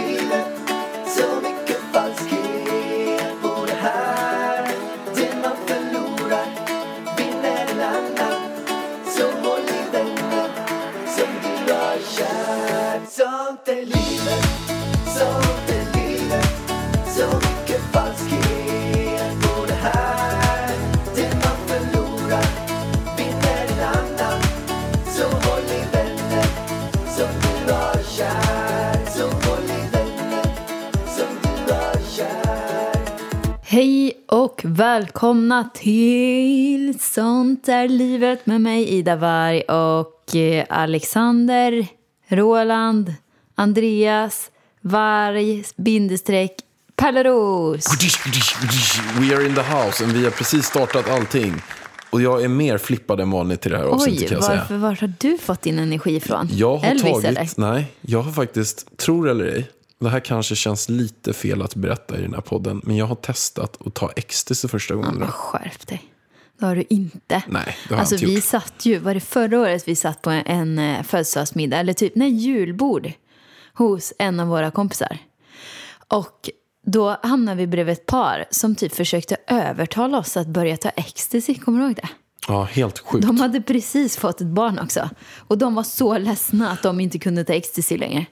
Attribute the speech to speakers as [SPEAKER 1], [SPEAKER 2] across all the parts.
[SPEAKER 1] livet Så mycket falskhet på det här Det man förlorar vinner en annan Så håll i vännen som du har kär Sånt är livet, sånt är livet Så mycket falskhet på det här Det man förlorar vinner en annan Så håll i vännen som du har kär Så håll i vännen som du har kär
[SPEAKER 2] Hej och välkomna till Sånt är livet med mig Ida Warg och eh, Alexander, Roland, Andreas, Varg, bindestreck, Pelleros.
[SPEAKER 3] We are in the house and vi har precis startat allting. Och jag är mer flippad än vanligt till det här avsnittet
[SPEAKER 2] Oj,
[SPEAKER 3] kan jag säga.
[SPEAKER 2] varför, var har du fått din energi ifrån?
[SPEAKER 3] Jag har
[SPEAKER 2] Elvis
[SPEAKER 3] tagit,
[SPEAKER 2] eller?
[SPEAKER 3] nej, jag har faktiskt, tror eller ej, det här kanske känns lite fel att berätta i den här podden, men jag har testat att ta ecstasy första gången.
[SPEAKER 2] Ja,
[SPEAKER 3] idag.
[SPEAKER 2] skärp dig. Det har du inte.
[SPEAKER 3] Nej, det har jag
[SPEAKER 2] alltså,
[SPEAKER 3] inte
[SPEAKER 2] vi
[SPEAKER 3] gjort.
[SPEAKER 2] satt ju, var det förra året vi satt på en eh, födelsedagsmiddag, eller typ, nej, julbord hos en av våra kompisar. Och då hamnade vi bredvid ett par som typ försökte övertala oss att börja ta ecstasy, kommer du ihåg det?
[SPEAKER 3] Ja, helt sjukt.
[SPEAKER 2] De hade precis fått ett barn också. Och de var så ledsna att de inte kunde ta ecstasy längre.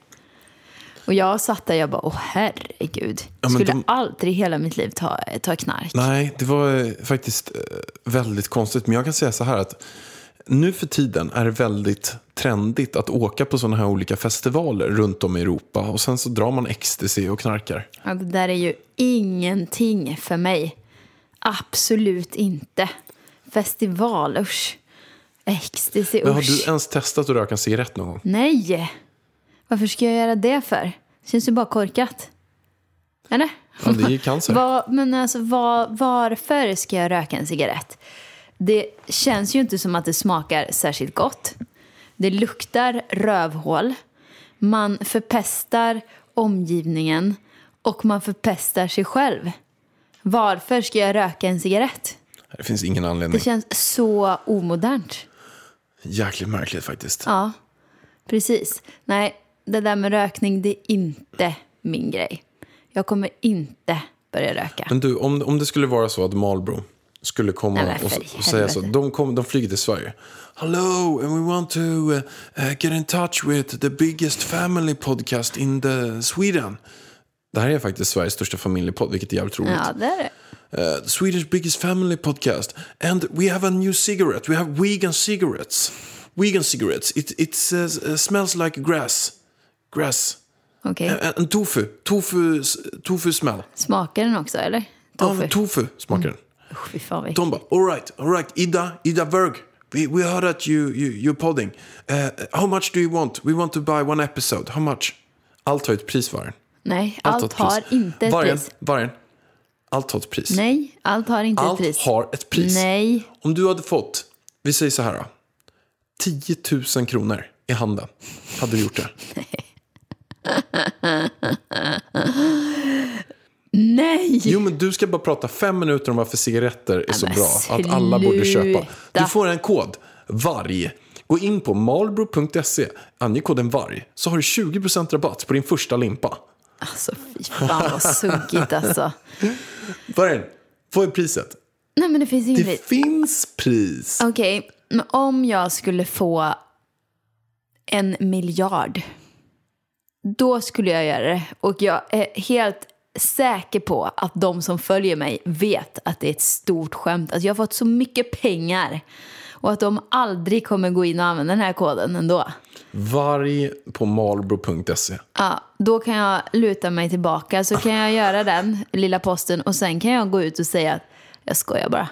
[SPEAKER 2] Och jag satt där och jag bara, åh herregud.
[SPEAKER 3] men
[SPEAKER 2] Skulle
[SPEAKER 3] de-
[SPEAKER 2] aldrig i hela mitt liv ta, ta knark.
[SPEAKER 3] Nej, det var eh, faktiskt eh, väldigt konstigt. Men jag kan säga så här att nu för tiden är det väldigt trendigt att åka på sådana här olika festivaler runt om i Europa. Och sen så drar man ecstasy och knarkar.
[SPEAKER 2] Ja, det där är ju ingenting för mig. Absolut inte. Festival, usch. Ecstasy,
[SPEAKER 3] Men har du
[SPEAKER 2] usch.
[SPEAKER 3] ens testat att röka en cigarett någon gång?
[SPEAKER 2] Nej! Varför ska jag göra det för? Känns ju bara korkat. Eller?
[SPEAKER 3] Ja, det är ju cancer.
[SPEAKER 2] Vad- men alltså, vad- varför ska jag röka en cigarett? Det känns ju inte som att det smakar särskilt gott. Det luktar rövhål. Man förpestar omgivningen och man förpestar sig själv. Varför ska jag röka en cigarett?
[SPEAKER 3] Det finns ingen
[SPEAKER 2] Det
[SPEAKER 3] anledning.
[SPEAKER 2] känns så omodernt.
[SPEAKER 3] Jäkligt märkligt faktiskt.
[SPEAKER 2] Ja, precis. Nej, det där med rökning, det är inte min grej. Jag kommer inte börja röka.
[SPEAKER 3] Men du, om, om det skulle vara så att Marlboro skulle komma
[SPEAKER 2] Nej, men
[SPEAKER 3] och,
[SPEAKER 2] för
[SPEAKER 3] och säga så.
[SPEAKER 2] helvete.
[SPEAKER 3] De, kom, de flyger till Sverige. Hello, and we want to uh, uh, get in touch with the biggest family podcast in the Sweden. Det här är faktiskt Sveriges största familjepodd, vilket är jävligt roligt.
[SPEAKER 2] Ja, det är det.
[SPEAKER 3] Uh, Swedish biggest family podcast. And we have a new cigarette. We have vegan cigarettes. Vegan cigarettes. It, it uh, smells like grass. Grass.
[SPEAKER 2] Okej.
[SPEAKER 3] En, en tofu. Tofu, tofu smell.
[SPEAKER 2] Smakar den också, eller?
[SPEAKER 3] Ja,
[SPEAKER 2] Tofu? Mm.
[SPEAKER 3] men tofu smakar den.
[SPEAKER 2] Usch, Fy fan, vad äckligt.
[SPEAKER 3] De bara, all right, all right, Ida, Ida Berg. We, we heard that you, you, you're podding. Eh, how much do you want? We want to buy one episode. How much? Allt har ett pris, vargen.
[SPEAKER 2] Nej, allt, har inte ett
[SPEAKER 3] vargen,
[SPEAKER 2] pris.
[SPEAKER 3] Vargen, allt har ett pris.
[SPEAKER 2] Nej, allt har inte
[SPEAKER 3] allt
[SPEAKER 2] ett pris.
[SPEAKER 3] har ett pris.
[SPEAKER 2] Nej.
[SPEAKER 3] Om du hade fått, vi säger så här då, 10 000 kronor i handen, hade du gjort det?
[SPEAKER 2] Nej!
[SPEAKER 3] Jo, men du ska bara prata fem minuter om varför cigaretter är så
[SPEAKER 2] men
[SPEAKER 3] bra. Att alla borde köpa.
[SPEAKER 2] sluta.
[SPEAKER 3] Du får en kod, VARG. Gå in på malbro.se, ange koden VARG, så har du 20% rabatt på din första limpa.
[SPEAKER 2] Alltså, fy fan vad sunkigt alltså.
[SPEAKER 3] Vargen, vad är priset?
[SPEAKER 2] Nej, men det finns inget
[SPEAKER 3] Det
[SPEAKER 2] pris.
[SPEAKER 3] finns pris.
[SPEAKER 2] Okej, men om jag skulle få en miljard, då skulle jag göra det. Och jag är helt säker på att de som följer mig vet att det är ett stort skämt. Att jag har fått så mycket pengar och att de aldrig kommer gå in och använda den här koden ändå.
[SPEAKER 3] VARG på malbro.se.
[SPEAKER 2] Ja, då kan jag luta mig tillbaka så kan jag göra den lilla posten och sen kan jag gå ut och säga att jag skojar bara.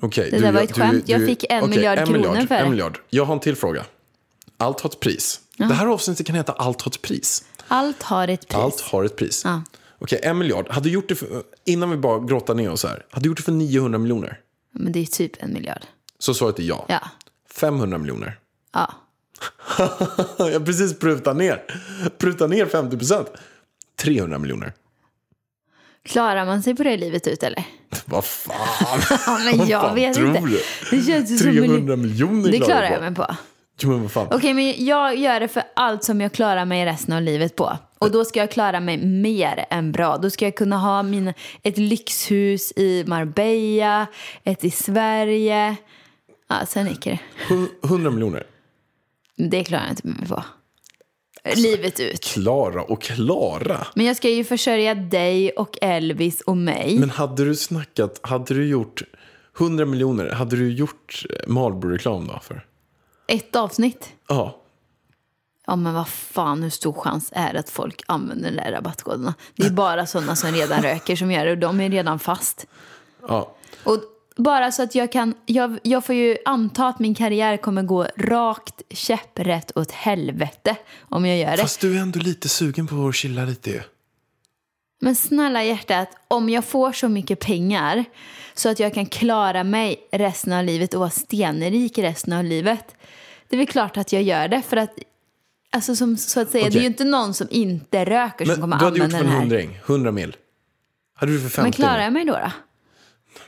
[SPEAKER 3] Okej,
[SPEAKER 2] Det där var ett skämt. Jag fick en
[SPEAKER 3] okej,
[SPEAKER 2] miljard kronor
[SPEAKER 3] miljard,
[SPEAKER 2] för det.
[SPEAKER 3] En miljard. Jag har en till fråga. Allt har ett pris. Det här avsnittet kan heta Allt har ett pris.
[SPEAKER 2] Allt har ett pris.
[SPEAKER 3] Allt har ett pris. Okej, en miljard. Hade du gjort det för, innan vi bara grottar ner oss här. Hade du gjort det för 900 miljoner?
[SPEAKER 2] Men det är typ en miljard.
[SPEAKER 3] Så svaret är ja.
[SPEAKER 2] Ja.
[SPEAKER 3] 500 miljoner.
[SPEAKER 2] Ja.
[SPEAKER 3] Jag har precis prutat ner. Prutat ner 50 procent. 300 miljoner.
[SPEAKER 2] Klarar man sig på det livet ut eller?
[SPEAKER 3] Vad fan?
[SPEAKER 2] Ja, men jag
[SPEAKER 3] fan
[SPEAKER 2] vet
[SPEAKER 3] tror
[SPEAKER 2] inte.
[SPEAKER 3] du?
[SPEAKER 2] Det känns ju som...
[SPEAKER 3] 300 miljoner
[SPEAKER 2] Det
[SPEAKER 3] klarar
[SPEAKER 2] klarar
[SPEAKER 3] jag
[SPEAKER 2] jag
[SPEAKER 3] på.
[SPEAKER 2] mig på.
[SPEAKER 3] Jo, men vad fan.
[SPEAKER 2] Okej, men jag gör det för allt som jag klarar mig resten av livet på. Och då ska jag klara mig mer än bra. Då ska jag kunna ha mina, ett lyxhus i Marbella, ett i Sverige. Ja, sen räcker det.
[SPEAKER 3] Hu- 100 miljoner.
[SPEAKER 2] Det klarar jag inte mig på. Livet ut.
[SPEAKER 3] Klara och Klara.
[SPEAKER 2] Men jag ska ju försörja dig och Elvis och mig.
[SPEAKER 3] Men hade du snackat, hade du gjort 100 miljoner, hade du gjort eh, Marlboro-reklam då? För?
[SPEAKER 2] Ett avsnitt.
[SPEAKER 3] Ja.
[SPEAKER 2] Ja men vad fan, hur stor chans är det att folk använder de där rabattkoderna? Det är bara sådana som redan röker som gör det och de är redan fast.
[SPEAKER 3] ja.
[SPEAKER 2] Och bara så att jag kan, jag, jag får ju anta att min karriär kommer gå rakt käpprätt åt helvete om jag gör det.
[SPEAKER 3] Fast du är ändå lite sugen på att chilla lite ju.
[SPEAKER 2] Men snälla hjärtat, om jag får så mycket pengar så att jag kan klara mig resten av livet och vara stenrik resten av livet. Det är väl klart att jag gör det för att, alltså som, så att säga, det är ju
[SPEAKER 3] Okej.
[SPEAKER 2] inte någon som inte röker som
[SPEAKER 3] Men
[SPEAKER 2] kommer
[SPEAKER 3] du hade gjort
[SPEAKER 2] använda
[SPEAKER 3] för
[SPEAKER 2] den
[SPEAKER 3] en
[SPEAKER 2] här.
[SPEAKER 3] hundring, 100 mil. Hade du för 50
[SPEAKER 2] Men klarar
[SPEAKER 3] mil?
[SPEAKER 2] jag mig då? då?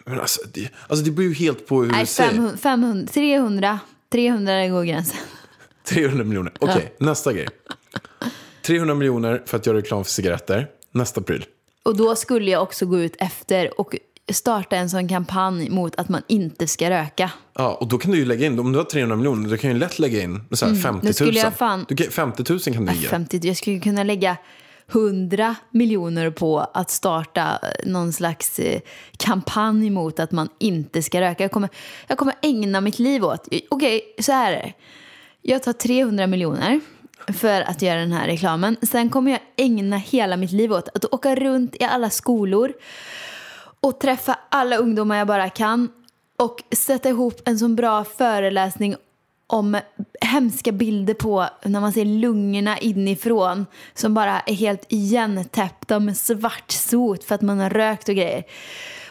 [SPEAKER 3] Men alltså, det, alltså det beror ju helt på hur
[SPEAKER 2] Nej,
[SPEAKER 3] du säger.
[SPEAKER 2] 500, 500, 300. 300 går gränsen.
[SPEAKER 3] 300 miljoner. Okej, nästa grej. 300 miljoner för att göra reklam för cigaretter. Nästa pryl.
[SPEAKER 2] Och då skulle jag också gå ut efter och starta en sån kampanj mot att man inte ska röka.
[SPEAKER 3] Ja, och då kan du ju lägga in, om du har 300 miljoner, då kan du ju lätt lägga in så här 50
[SPEAKER 2] Mm, nu
[SPEAKER 3] 000.
[SPEAKER 2] skulle jag fan-
[SPEAKER 3] Du kan, 50 000 kan du ge.
[SPEAKER 2] 50, jag skulle kunna lägga 100 miljoner på att starta någon slags eh, kampanj mot att man inte ska röka. Jag kommer, jag kommer ägna mitt liv åt... Okej, så här är det. Jag tar 300 miljoner för att göra den här reklamen. Sen kommer jag ägna hela mitt liv åt att åka runt i alla skolor och träffa alla ungdomar jag bara kan och sätta ihop en sån bra föreläsning om hemska bilder på när man ser lungorna inifrån som bara är helt igentäppta med svart sot för att man har rökt och grejer.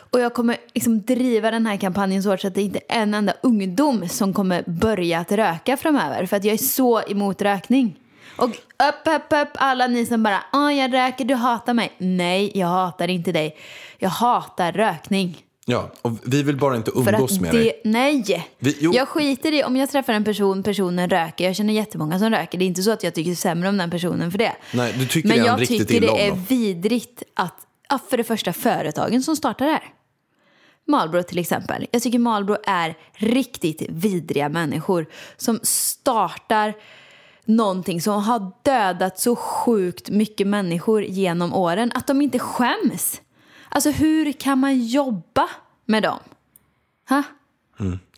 [SPEAKER 2] Och jag kommer liksom driva den här kampanjen så hårt så att det inte är en enda ungdom som kommer börja att röka framöver för att jag är så emot rökning. Och upp, upp, upp alla ni som bara ah jag röker, du hatar mig. Nej, jag hatar inte dig. Jag hatar rökning.
[SPEAKER 3] Ja, och vi vill bara inte
[SPEAKER 2] För
[SPEAKER 3] umgås
[SPEAKER 2] att
[SPEAKER 3] med
[SPEAKER 2] det,
[SPEAKER 3] dig.
[SPEAKER 2] Nej!
[SPEAKER 3] Vi- jo.
[SPEAKER 2] Jag skiter i om jag träffar en person, personen röker. Jag känner jättemånga som röker. Det är inte så att jag tycker sämre om den personen för det.
[SPEAKER 3] Nej, du tycker
[SPEAKER 2] Men
[SPEAKER 3] redan
[SPEAKER 2] jag
[SPEAKER 3] riktigt
[SPEAKER 2] tycker
[SPEAKER 3] illa om
[SPEAKER 2] det är
[SPEAKER 3] dem.
[SPEAKER 2] vidrigt att, ja, för det första företagen som startar det här. Marlboro till exempel. Jag tycker Marlboro är riktigt vidriga människor som startar någonting som har dödat så sjukt mycket människor genom åren att de inte skäms. Alltså hur kan man jobba med dem? Ha?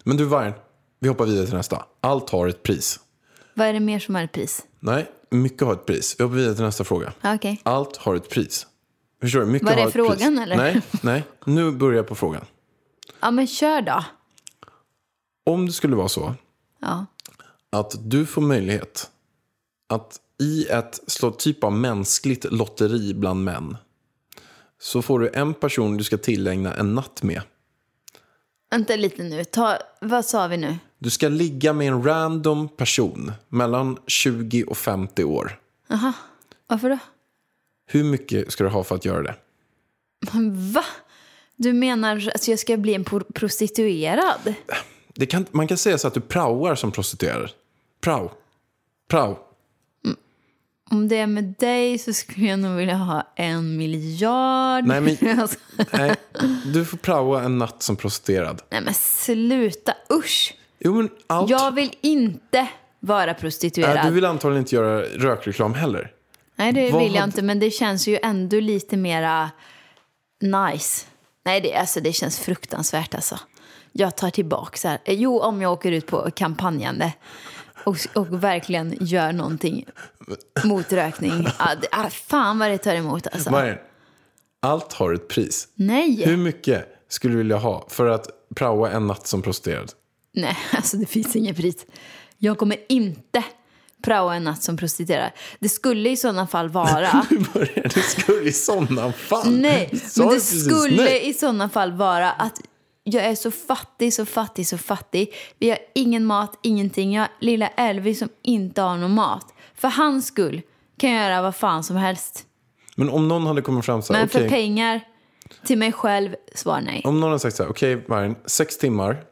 [SPEAKER 3] Men du Vargen, vi hoppar vidare till nästa. Allt har ett pris.
[SPEAKER 2] Vad är det mer som är ett pris?
[SPEAKER 3] Nej, mycket har ett pris. Vi hoppar vidare till nästa fråga.
[SPEAKER 2] Ja, Okej.
[SPEAKER 3] Allt har ett pris. Förstår du? Mycket
[SPEAKER 2] Var det
[SPEAKER 3] har ett
[SPEAKER 2] frågan,
[SPEAKER 3] pris.
[SPEAKER 2] eller?
[SPEAKER 3] Nej, nej. Nu börjar jag på frågan.
[SPEAKER 2] Ja men kör då.
[SPEAKER 3] Om det skulle vara så
[SPEAKER 2] Ja.
[SPEAKER 3] att du får möjlighet att i ett slå typ av mänskligt lotteri bland män så får du en person du ska tillägna en natt med.
[SPEAKER 2] Vänta lite nu. Ta, vad sa vi nu?
[SPEAKER 3] Du ska ligga med en random person mellan 20 och 50 år.
[SPEAKER 2] Varför då?
[SPEAKER 3] Hur mycket ska du ha för att göra det?
[SPEAKER 2] Va? Du menar att jag ska bli en por- prostituerad?
[SPEAKER 3] det kan, man kan säga så att du praoar som prostituerad. Prao. Prao.
[SPEAKER 2] Om det är med dig så skulle jag nog vilja ha en miljard.
[SPEAKER 3] Nej, men-
[SPEAKER 2] Alltså,
[SPEAKER 3] Nej, du får praoa en natt som prostituerad.
[SPEAKER 2] Nej men sluta, usch.
[SPEAKER 3] Jo, men allt...
[SPEAKER 2] Jag vill inte vara prostituerad.
[SPEAKER 3] Äh, du vill antagligen inte göra rökreklam heller.
[SPEAKER 2] Nej det
[SPEAKER 3] Vad
[SPEAKER 2] vill jag
[SPEAKER 3] hade-
[SPEAKER 2] inte men det känns ju ändå lite mera nice. Nej det, alltså, det känns fruktansvärt alltså. Jag tar tillbaka så här. Eh, Jo om jag åker ut på kampanjande och, och verkligen gör någonting mot rökning. Ah, det, ah, fan vad det tar emot alltså.
[SPEAKER 3] Marian, allt har ett pris.
[SPEAKER 2] Nej.
[SPEAKER 3] Hur mycket skulle du vilja ha för att praoa en natt som prostituerad?
[SPEAKER 2] Nej, alltså det finns inget pris. Jag kommer inte praoa en natt som prostituerad. Det skulle i sådana fall vara...
[SPEAKER 3] Du började det skulle i sådana fall.
[SPEAKER 2] nej,
[SPEAKER 3] Du sa
[SPEAKER 2] men
[SPEAKER 3] ju
[SPEAKER 2] det
[SPEAKER 3] precis
[SPEAKER 2] skulle
[SPEAKER 3] nej.
[SPEAKER 2] i sådana fall vara att Jag är så fattig, så fattig, så fattig. Vi har ingen mat, ingenting. Jag har lilla Elvis som inte har någon mat. För hans skull kan jag göra vad fan som helst.
[SPEAKER 3] Men om någon hade kommit fram så här,
[SPEAKER 2] Men för
[SPEAKER 3] okej.
[SPEAKER 2] pengar till mig själv, svar nej.
[SPEAKER 3] Om någon hade sagt så här, okej Vargen, sex timmar,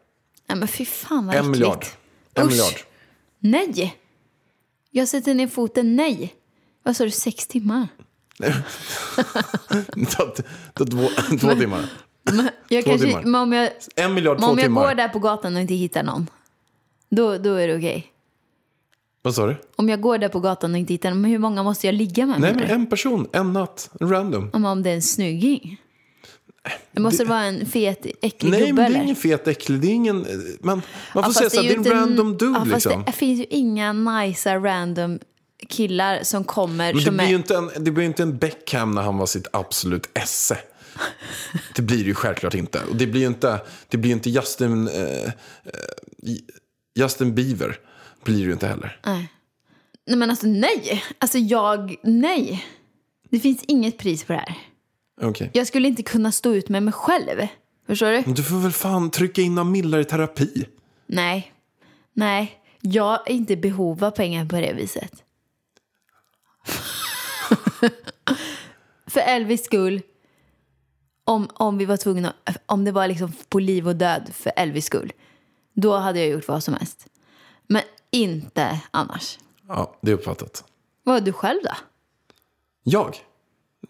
[SPEAKER 2] Nej men fy fan vad
[SPEAKER 3] en miljard.
[SPEAKER 2] äckligt.
[SPEAKER 3] En
[SPEAKER 2] Usch.
[SPEAKER 3] miljard.
[SPEAKER 2] Nej! Jag sätter ner foten, nej. Vad sa du, sex timmar?
[SPEAKER 3] Ta- ta två, två timmar.
[SPEAKER 2] Jag
[SPEAKER 3] Två
[SPEAKER 2] kanske,
[SPEAKER 3] timmar.
[SPEAKER 2] Men om jag,
[SPEAKER 3] En miljard,
[SPEAKER 2] men
[SPEAKER 3] två
[SPEAKER 2] om jag går
[SPEAKER 3] timmar.
[SPEAKER 2] där på gatan och inte hittar någon, då, då är det okej.
[SPEAKER 3] Vad sa du?
[SPEAKER 2] Om jag går där på gatan och inte hittar någon, men hur många måste jag ligga med?
[SPEAKER 3] Nej,
[SPEAKER 2] menar
[SPEAKER 3] men
[SPEAKER 2] du?
[SPEAKER 3] en person, en natt, random.
[SPEAKER 2] Om, om det är en snygging? Det måste vara en fet, äcklig
[SPEAKER 3] Nej,
[SPEAKER 2] gubbe
[SPEAKER 3] men det är
[SPEAKER 2] eller?
[SPEAKER 3] ingen fet äcklig. Det är ingen, man,
[SPEAKER 2] Ja,
[SPEAKER 3] man får säga
[SPEAKER 2] fast
[SPEAKER 3] så här, det är
[SPEAKER 2] ju
[SPEAKER 3] en random dude
[SPEAKER 2] ja, fast
[SPEAKER 3] liksom.
[SPEAKER 2] Det finns ju inga nicea random killar som kommer
[SPEAKER 3] Men det
[SPEAKER 2] som
[SPEAKER 3] blir,
[SPEAKER 2] är...
[SPEAKER 3] ju inte en, det blir ju inte en Beckham när han var sitt absolut esse. Det blir det ju självklart inte. Och det blir ju inte, det blir ju inte Justin, eh, eh, Justin Bieber. Blir det ju inte heller.
[SPEAKER 2] Nej men alltså nej! Alltså jag, nej! Det finns inget pris på det här.
[SPEAKER 3] Okej.
[SPEAKER 2] Jag skulle inte kunna stå ut med mig själv. Förstår du?
[SPEAKER 3] Men Du får väl fan trycka in Amillar i terapi.
[SPEAKER 2] Nej. Nej. Jag är inte i behov av pengar på det viset. För Elvis skull. Om, om vi var tvungna, om det var liksom på liv och död för Elvis skull. Då hade jag gjort vad som helst. Men inte annars.
[SPEAKER 3] Ja, det är uppfattat.
[SPEAKER 2] Vad är du själv då?
[SPEAKER 3] Jag?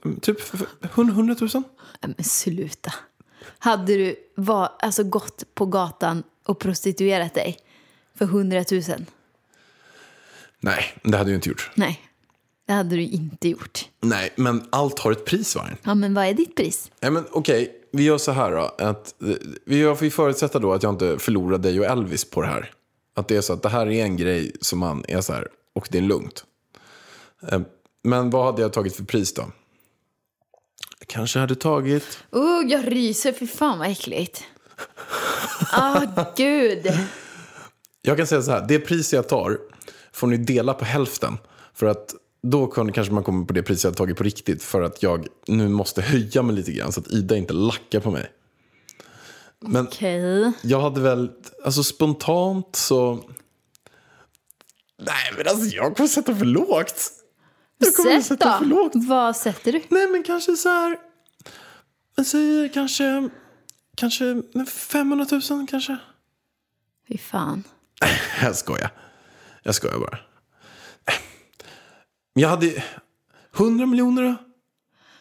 [SPEAKER 3] Mm, Typ f- f- hund- 100 000?
[SPEAKER 2] Nej, men sluta. Hade du var, alltså gått på gatan och prostituerat dig för hundratusen?
[SPEAKER 3] Nej, det hade jag inte gjort.
[SPEAKER 2] Nej, det hade du inte gjort.
[SPEAKER 3] Nej, men allt har ett pris, Vargen.
[SPEAKER 2] Ja, men vad är ditt pris?
[SPEAKER 3] Nej, men okej. Vi gör så här då. Att, eh, vi gör- vi förutsätter då att jag inte förlorar dig och Elvis på det här. Att det är så att det här är en grej som man är så här, och det är lugnt. Eh, Men vad hade jag tagit för pris då? Jag Kanske hade tagit...
[SPEAKER 2] Oh, jag ryser, för fan vad äckligt. Ah, gud.
[SPEAKER 3] Jag kan säga så här, det pris jag tar får ni dela på hälften. För att då kan- kanske man kommer på det pris jag har tagit på riktigt. För att jag nu måste höja mig lite grann så att Ida inte lackar på mig. Men
[SPEAKER 2] Okej.
[SPEAKER 3] jag hade väl, alltså spontant så... Nej men alltså jag kommer sätta för lågt. Jag kommer
[SPEAKER 2] Sätt
[SPEAKER 3] sätta för
[SPEAKER 2] då.
[SPEAKER 3] lågt.
[SPEAKER 2] Vad sätter du?
[SPEAKER 3] Nej men kanske så här, jag säger kanske, kanske 500 000 kanske.
[SPEAKER 2] Fy fan.
[SPEAKER 3] Jag skojar. Jag skojar bara. Men jag hade 100 miljoner då?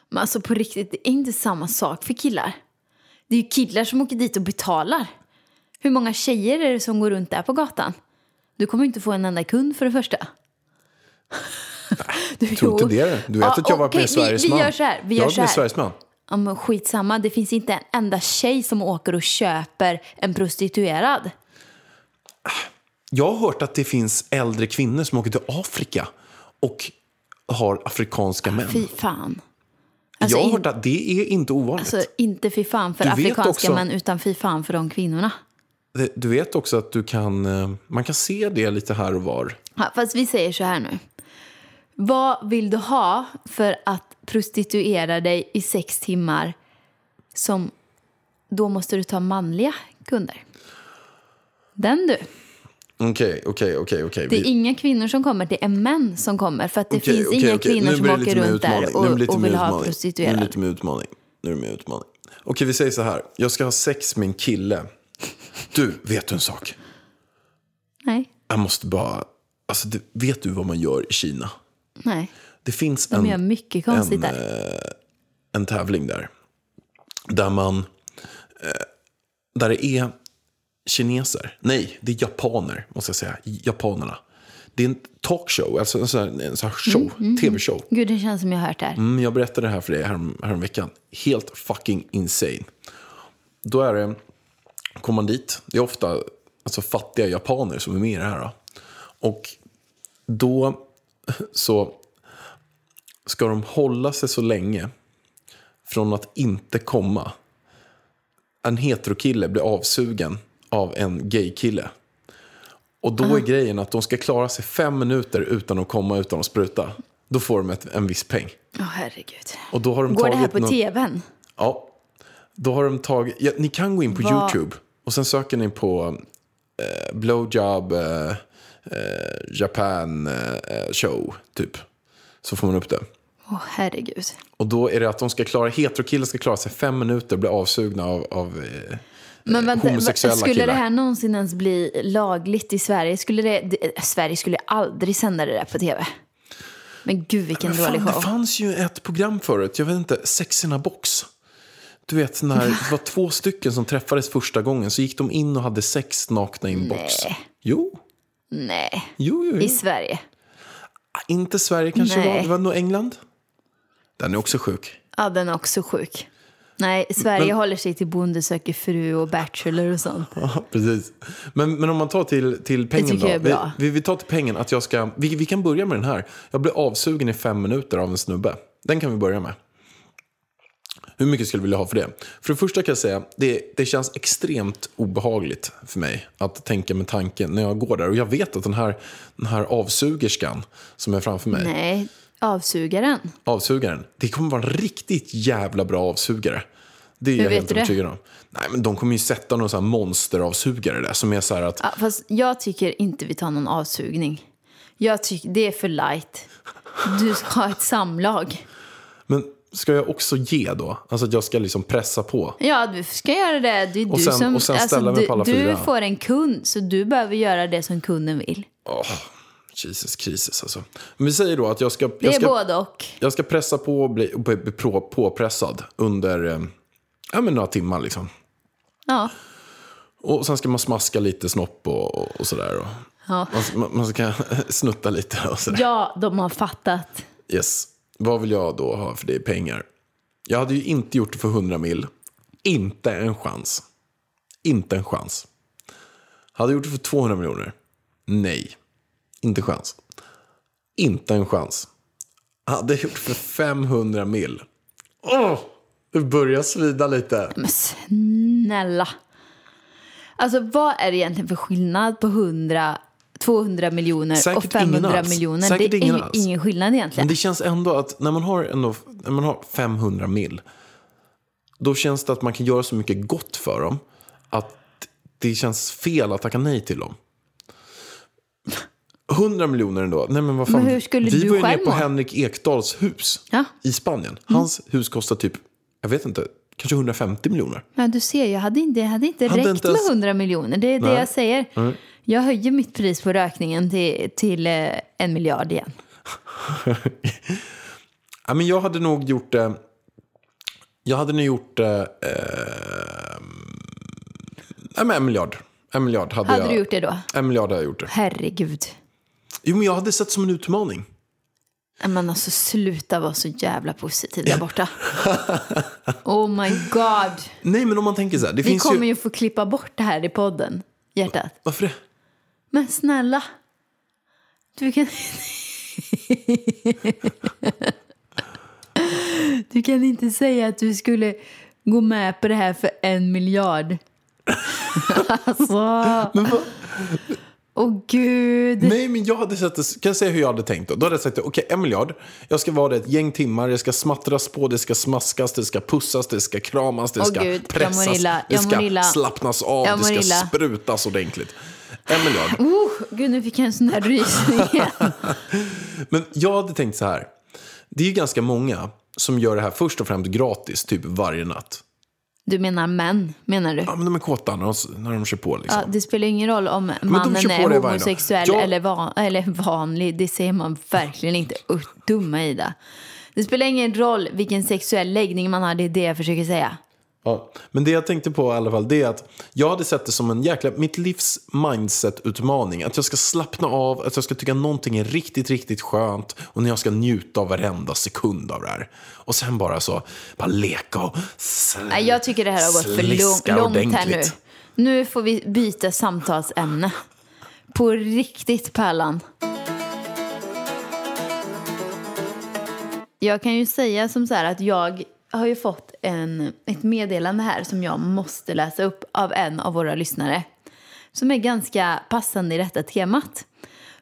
[SPEAKER 2] Men alltså på riktigt, det är inte samma sak för killar. Det är ju killar som åker dit och betalar. Hur många tjejer är det som går runt där på gatan? Du kommer ju inte få en enda kund för det första. Du,
[SPEAKER 3] Tror inte det. Du vet
[SPEAKER 2] Ja,
[SPEAKER 3] att jag var
[SPEAKER 2] okej,
[SPEAKER 3] med i Sveriges
[SPEAKER 2] vi, vi
[SPEAKER 3] man.
[SPEAKER 2] gör så här. Vi
[SPEAKER 3] jag
[SPEAKER 2] gör
[SPEAKER 3] var
[SPEAKER 2] så
[SPEAKER 3] med i
[SPEAKER 2] här.
[SPEAKER 3] Sveriges man.
[SPEAKER 2] Ja, men skitsamma, det finns inte en enda tjej som åker och köper en prostituerad.
[SPEAKER 3] Jag har hört att det finns äldre kvinnor som åker till Afrika och har afrikanska män.
[SPEAKER 2] Ah, Fy fan. Alltså,
[SPEAKER 3] jag har
[SPEAKER 2] in-
[SPEAKER 3] hört att det är inte ovanligt.
[SPEAKER 2] Alltså inte fy fan för
[SPEAKER 3] Du vet
[SPEAKER 2] afrikanska
[SPEAKER 3] också-
[SPEAKER 2] män utan fy fan för de kvinnorna.
[SPEAKER 3] Det- Du vet också att du kan, eh, man kan se det lite här och var.
[SPEAKER 2] Ja, fast vi säger så här nu. Vad vill du ha för att prostituera dig i sex timmar som då måste du ta manliga kunder? Den du.
[SPEAKER 3] Okej, okej, okej. okej.
[SPEAKER 2] Det är
[SPEAKER 3] Vi-
[SPEAKER 2] inga kvinnor som kommer, det är män som kommer. För att det
[SPEAKER 3] Okej,
[SPEAKER 2] finns
[SPEAKER 3] okej,
[SPEAKER 2] inga
[SPEAKER 3] okej.
[SPEAKER 2] kvinnor
[SPEAKER 3] Nu
[SPEAKER 2] som
[SPEAKER 3] blir det
[SPEAKER 2] åker
[SPEAKER 3] lite mer
[SPEAKER 2] runt
[SPEAKER 3] utmaning.
[SPEAKER 2] där
[SPEAKER 3] Nu blir det
[SPEAKER 2] och,
[SPEAKER 3] lite
[SPEAKER 2] och
[SPEAKER 3] mer
[SPEAKER 2] vill ha
[SPEAKER 3] utmaning. Nu är det
[SPEAKER 2] prostituerade.
[SPEAKER 3] lite mer utmaning. Nu är det mer utmaning. Okej, vi säger så här. Jag ska ha sex med en kille. Du, vet du en sak?
[SPEAKER 2] Nej,
[SPEAKER 3] Jag måste bara... Alltså, du, vet du vad man gör i Kina?
[SPEAKER 2] nej.
[SPEAKER 3] Det finns
[SPEAKER 2] De
[SPEAKER 3] en,
[SPEAKER 2] gör mycket konstigt
[SPEAKER 3] en, eh,
[SPEAKER 2] där.
[SPEAKER 3] en tävling där. Där man... Eh, där det är kineser. Nej, det är japaner, måste jag säga. Japanerna. Det är en talkshow, alltså en sån här, en sån här show,
[SPEAKER 2] Mm,
[SPEAKER 3] tv-show.
[SPEAKER 2] Gud, det känns som jag har hört det här.
[SPEAKER 3] Mm, jag berättade det här för dig härom, häromveckan. Helt fucking insane. Då är det, kommer man dit, det är ofta alltså, fattiga japaner som är med i det här. Då. Och då så ska de hålla sig så länge från att inte komma. En heterokille blir avsugen av en gaykille. Och då är grejen att de ska klara sig fem minuter utan att komma, utan att spruta. Då får de ett, en viss peng.
[SPEAKER 2] Åh, herregud.
[SPEAKER 3] Och då har de
[SPEAKER 2] Går det
[SPEAKER 3] tagit
[SPEAKER 2] här på
[SPEAKER 3] någon-
[SPEAKER 2] tvn?
[SPEAKER 3] Ja. Då har de tagit, ja, ni kan gå in på
[SPEAKER 2] Vad-
[SPEAKER 3] YouTube och sen söker ni på eh, blowjob eh, eh, Japan eh, show typ. Så får man upp det.
[SPEAKER 2] Åh, herregud.
[SPEAKER 3] Och då är det att de ska klara, heterokillar ska klara sig fem minuter och bli avsugna av, av eh,
[SPEAKER 2] Men vänta,
[SPEAKER 3] homosexuella
[SPEAKER 2] skulle
[SPEAKER 3] killar.
[SPEAKER 2] det här någonsin ens bli lagligt i Sverige? Skulle det, det, Sverige skulle aldrig sända det där på tv. Men gud vilken
[SPEAKER 3] Men fan,
[SPEAKER 2] dålig
[SPEAKER 3] Det
[SPEAKER 2] show.
[SPEAKER 3] fanns ju ett program förut, jag vet inte, Sex in a box. Du vet när det var två stycken som träffades första gången så gick de in och hade sex nakna i en box. Jo,
[SPEAKER 2] Nej,
[SPEAKER 3] jo, jo.
[SPEAKER 2] i
[SPEAKER 3] jo.
[SPEAKER 2] Sverige.
[SPEAKER 3] Inte Sverige kanske
[SPEAKER 2] Nej.
[SPEAKER 3] var, det var nog England. Den är också sjuk.
[SPEAKER 2] Ja, den är också sjuk. Nej, Sverige
[SPEAKER 3] Men-
[SPEAKER 2] håller sig till Bonde söker fru och Bachelor och sånt.
[SPEAKER 3] Ja, precis. Men, men om man tar till, till pengen
[SPEAKER 2] tycker
[SPEAKER 3] då.
[SPEAKER 2] jag är
[SPEAKER 3] Vi,
[SPEAKER 2] bra.
[SPEAKER 3] vi, vi tar till pengen att jag ska, vi, vi kan börja med den här. Jag blev avsugen i fem minuter av en snubbe. Den kan vi börja med. Hur mycket skulle du vilja ha för det? För det första kan jag säga, det, det känns extremt obehagligt för mig att tänka med tanken när jag går där. Och jag vet att den här, den här avsugerskan som är framför mig,
[SPEAKER 2] Nej, avsugaren.
[SPEAKER 3] avsugaren, det kommer vara en riktigt jävla bra avsugare. Det är jag
[SPEAKER 2] vet
[SPEAKER 3] helt
[SPEAKER 2] du det?
[SPEAKER 3] övertygad om. Nej, men de kommer ju sätta någon sån här monsteravsugare där som är så här att
[SPEAKER 2] Ja, fast jag tycker inte vi tar någon avsugning. Jag tycker det är för light. Du ska ha ett samlag.
[SPEAKER 3] Men ska jag också ge då? Alltså att jag ska liksom pressa på?
[SPEAKER 2] Ja, du ska göra det. Det är
[SPEAKER 3] Och
[SPEAKER 2] du
[SPEAKER 3] sen-
[SPEAKER 2] som... alltså,
[SPEAKER 3] och sen ställa mig
[SPEAKER 2] du,
[SPEAKER 3] på alla
[SPEAKER 2] du
[SPEAKER 3] fyra.
[SPEAKER 2] får en kund, så du behöver göra det som kunden vill.
[SPEAKER 3] Åh, Jesus Kristus alltså. Men vi säger då att jag ska,
[SPEAKER 2] Det
[SPEAKER 3] jag
[SPEAKER 2] är
[SPEAKER 3] ska,
[SPEAKER 2] både och.
[SPEAKER 3] jag ska pressa på och bli, och bli, bli på, påpressad under eh, ja, men några timmar liksom.
[SPEAKER 2] Ja.
[SPEAKER 3] Och sen ska man smaska lite snopp och, och, och sådär. Och,
[SPEAKER 2] Ja.
[SPEAKER 3] man, man- man ska snutta lite och sådär.
[SPEAKER 2] ja, de har fattat.
[SPEAKER 3] Yes. Vad vill jag då ha för det i pengar? Jag hade ju inte gjort det för 100 mil. Inte en chans. Inte en chans. Hade jag gjort det för 200 miljoner? Nej. Inte chans. Inte en chans. Hade jag gjort det för 500 mil? Åh! Det börjar svida lite.
[SPEAKER 2] Snälla. Alltså, vad är det egentligen för skillnad på 100, 200 miljoner
[SPEAKER 3] Säkert
[SPEAKER 2] och
[SPEAKER 3] ingen
[SPEAKER 2] 500
[SPEAKER 3] alls.
[SPEAKER 2] miljoner?
[SPEAKER 3] Säkert
[SPEAKER 2] det är
[SPEAKER 3] ingen
[SPEAKER 2] ju
[SPEAKER 3] alls.
[SPEAKER 2] ingen skillnad egentligen.
[SPEAKER 3] Men det känns ändå att när man har, ändå, när man har 500 mil, då känns det att man kan göra så mycket gott för dem att det känns fel att tacka nej till dem. 100 miljoner ändå. Nej, men vad fan.
[SPEAKER 2] Men hur skulle
[SPEAKER 3] Vi
[SPEAKER 2] du
[SPEAKER 3] var ju
[SPEAKER 2] själv
[SPEAKER 3] ner på
[SPEAKER 2] må?
[SPEAKER 3] Henrik Ekdals hus
[SPEAKER 2] Ja. Mm.
[SPEAKER 3] i Spanien. Hans hus kostar typ, jag vet inte, kanske 150 miljoner.
[SPEAKER 2] Ja, du ser, jag hade inte, det hade inte
[SPEAKER 3] Hade
[SPEAKER 2] räckt
[SPEAKER 3] inte
[SPEAKER 2] med
[SPEAKER 3] ens-
[SPEAKER 2] 100 miljoner. Det är det
[SPEAKER 3] Nej.
[SPEAKER 2] jag säger. Jag höjer mitt pris på rökningen till, till eh, en miljard igen.
[SPEAKER 3] Ja, men jag hade nog gjort det... Jag hade nog gjort det... Eh, mm, nej, men en miljard. En miljard hade,
[SPEAKER 2] Hade
[SPEAKER 3] jag.
[SPEAKER 2] du gjort det då?
[SPEAKER 3] En miljard hade jag gjort det.
[SPEAKER 2] Herregud.
[SPEAKER 3] Jo, men jag hade sett som en utmaning.
[SPEAKER 2] Nej, Men alltså sluta vara så jävla positiv där borta. Oh my god.
[SPEAKER 3] Nej, men om man tänker så här. Det
[SPEAKER 2] Vi
[SPEAKER 3] finns
[SPEAKER 2] kommer
[SPEAKER 3] ju...
[SPEAKER 2] ju få klippa bort det här i podden, hjärtat.
[SPEAKER 3] Varför det?
[SPEAKER 2] Men snälla. Du kan... du kan inte säga att du skulle gå med på det här för en miljard. alltså.
[SPEAKER 3] Men vad?
[SPEAKER 2] Åh gud.
[SPEAKER 3] Nej, men jag hade sett det... Kan jag säga hur jag hade tänkt då? Då hade jag sagt, okej, en miljard. Jag ska vara det ett gäng timmar. Jag ska smattras på, det ska smaskas, det ska pussas, det ska kramas, det
[SPEAKER 2] Åh,
[SPEAKER 3] ska
[SPEAKER 2] Gud, jag mår
[SPEAKER 3] pressas.
[SPEAKER 2] illa,
[SPEAKER 3] Det
[SPEAKER 2] jag mår
[SPEAKER 3] ska
[SPEAKER 2] illa.
[SPEAKER 3] slappnas av,
[SPEAKER 2] Jag
[SPEAKER 3] det
[SPEAKER 2] mår
[SPEAKER 3] ska
[SPEAKER 2] illa.
[SPEAKER 3] sprutas ordentligt. En miljard.
[SPEAKER 2] Oh, gud, nu fick jag en sån där rysning igen.
[SPEAKER 3] Men jag hade tänkt så här. Det är ju ganska många som gör det här först och främst gratis, typ varje natt.
[SPEAKER 2] Du menar män, menar du?
[SPEAKER 3] Ja, men de är kåta när de, när de kör på liksom.
[SPEAKER 2] Ja, det spelar ingen roll om
[SPEAKER 3] de
[SPEAKER 2] mannen
[SPEAKER 3] kör på
[SPEAKER 2] är
[SPEAKER 3] det varje dag.
[SPEAKER 2] homosexuell
[SPEAKER 3] Jag-
[SPEAKER 2] eller, van, eller vanlig. Det säger man verkligen inte. Usch, dumma Ida. Det spelar ingen roll vilken sexuell läggning man har. Det är det jag försöker säga.
[SPEAKER 3] Ja, men det jag tänkte på i alla fall det är att jag hade sett det som en jäkla, mitt livs mindset-utmaning. Att jag ska slappna av, att jag ska tycka någonting är riktigt, riktigt skönt och när jag ska njuta av varenda sekund av det här. Och sen bara så, bara leka och sl-
[SPEAKER 2] Nej, jag tycker det här har gått för
[SPEAKER 3] sliska
[SPEAKER 2] lång, långt här nu.
[SPEAKER 3] ordentligt.
[SPEAKER 2] Nu får vi byta samtalsämne. På riktigt, Pärlan. Jag kan ju säga som så här att jag har ju fått en, ett meddelande här som jag måste läsa upp av en av våra lyssnare. Som är ganska passande i detta temat.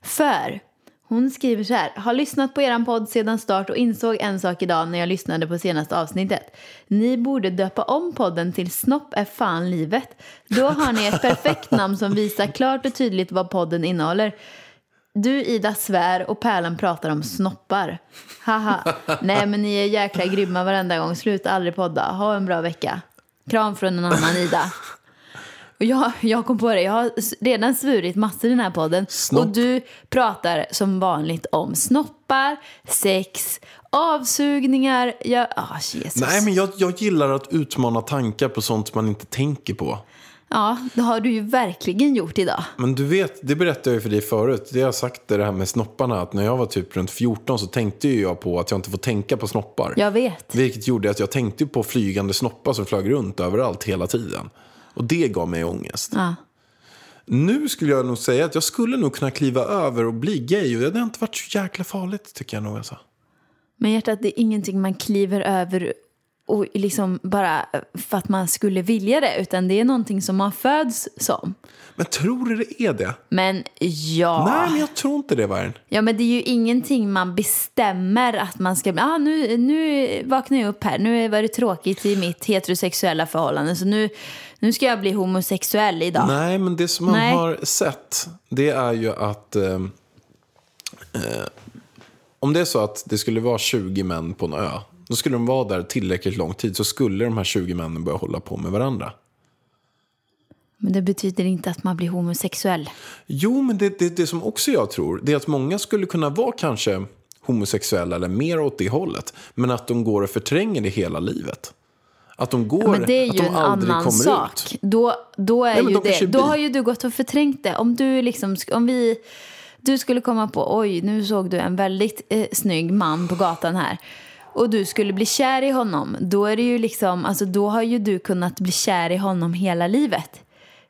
[SPEAKER 2] För Hon skriver så här. Har lyssnat på eran podd sedan start och insåg en sak idag när jag lyssnade på senaste avsnittet. Ni borde döpa om podden till Snopp är fan livet. Då har ni ett perfekt namn som visar klart och tydligt vad podden innehåller. Du Ida svär och Pärlan pratar om snoppar. Haha. Nej men ni är jäkla grymma varenda gång. Sluta aldrig podda. Ha en bra vecka. Kram från en annan Ida. Och jag, jag kom på det, jag har s- redan svurit massor i den här podden.
[SPEAKER 3] Snopp.
[SPEAKER 2] Och du pratar som vanligt om snoppar, sex, avsugningar. Jag, ah, Jesus.
[SPEAKER 3] Nej, men jag, jag gillar att utmana tankar på sånt man inte tänker på.
[SPEAKER 2] Ja, det har du ju verkligen gjort idag.
[SPEAKER 3] Men du vet, det berättade jag ju för dig förut. Det har jag sagt det här med snopparna. Att när jag var typ runt 14 så tänkte ju jag på att jag inte får tänka på snoppar.
[SPEAKER 2] Jag vet.
[SPEAKER 3] Vilket gjorde att jag tänkte på flygande snoppar som flög runt överallt hela tiden. Och det gav mig ångest.
[SPEAKER 2] Ja.
[SPEAKER 3] Nu skulle jag nog säga att jag skulle nog kunna kliva över och bli gay. Och det har inte varit så jäkla farligt tycker jag nog. Alltså.
[SPEAKER 2] Men hjärtat, det är ingenting man kliver över och liksom bara för att man skulle vilja det. Utan det är någonting som man föds som.
[SPEAKER 3] Men tror du det är det?
[SPEAKER 2] Men ja.
[SPEAKER 3] Nej, men jag tror inte det Vargen.
[SPEAKER 2] Ja men det är ju ingenting man bestämmer att man ska, ah, nu, nu vaknar jag upp här, nu var det tråkigt i mitt heterosexuella förhållande så nu, nu ska jag bli homosexuell idag.
[SPEAKER 3] Nej, men det som man
[SPEAKER 2] Nej.
[SPEAKER 3] har sett det är ju att eh, eh, om det är så att det skulle vara 20 män på en ö då skulle de vara där tillräckligt lång tid så skulle de här 20 männen börja hålla på med varandra.
[SPEAKER 2] Men det betyder inte att man blir homosexuell.
[SPEAKER 3] Jo, men det, det, det som också jag tror det är att många skulle kunna vara kanske homosexuella eller mer åt det hållet men att de går och förtränger det hela livet. Att de går,
[SPEAKER 2] Ja, men det är
[SPEAKER 3] att
[SPEAKER 2] ju
[SPEAKER 3] de
[SPEAKER 2] en
[SPEAKER 3] aldrig
[SPEAKER 2] annan
[SPEAKER 3] kommer ut.
[SPEAKER 2] sak. Då, då, är
[SPEAKER 3] Nej, men
[SPEAKER 2] ju
[SPEAKER 3] de kanske
[SPEAKER 2] det,
[SPEAKER 3] är
[SPEAKER 2] då
[SPEAKER 3] bi.
[SPEAKER 2] har ju du gått och förträngt det. Om du liksom, sk- om vi, du skulle komma på, oj nu såg du en väldigt eh, snygg man på gatan här. Och du skulle bli kär i honom. Då är det ju liksom, alltså då har ju du kunnat bli kär i honom hela livet.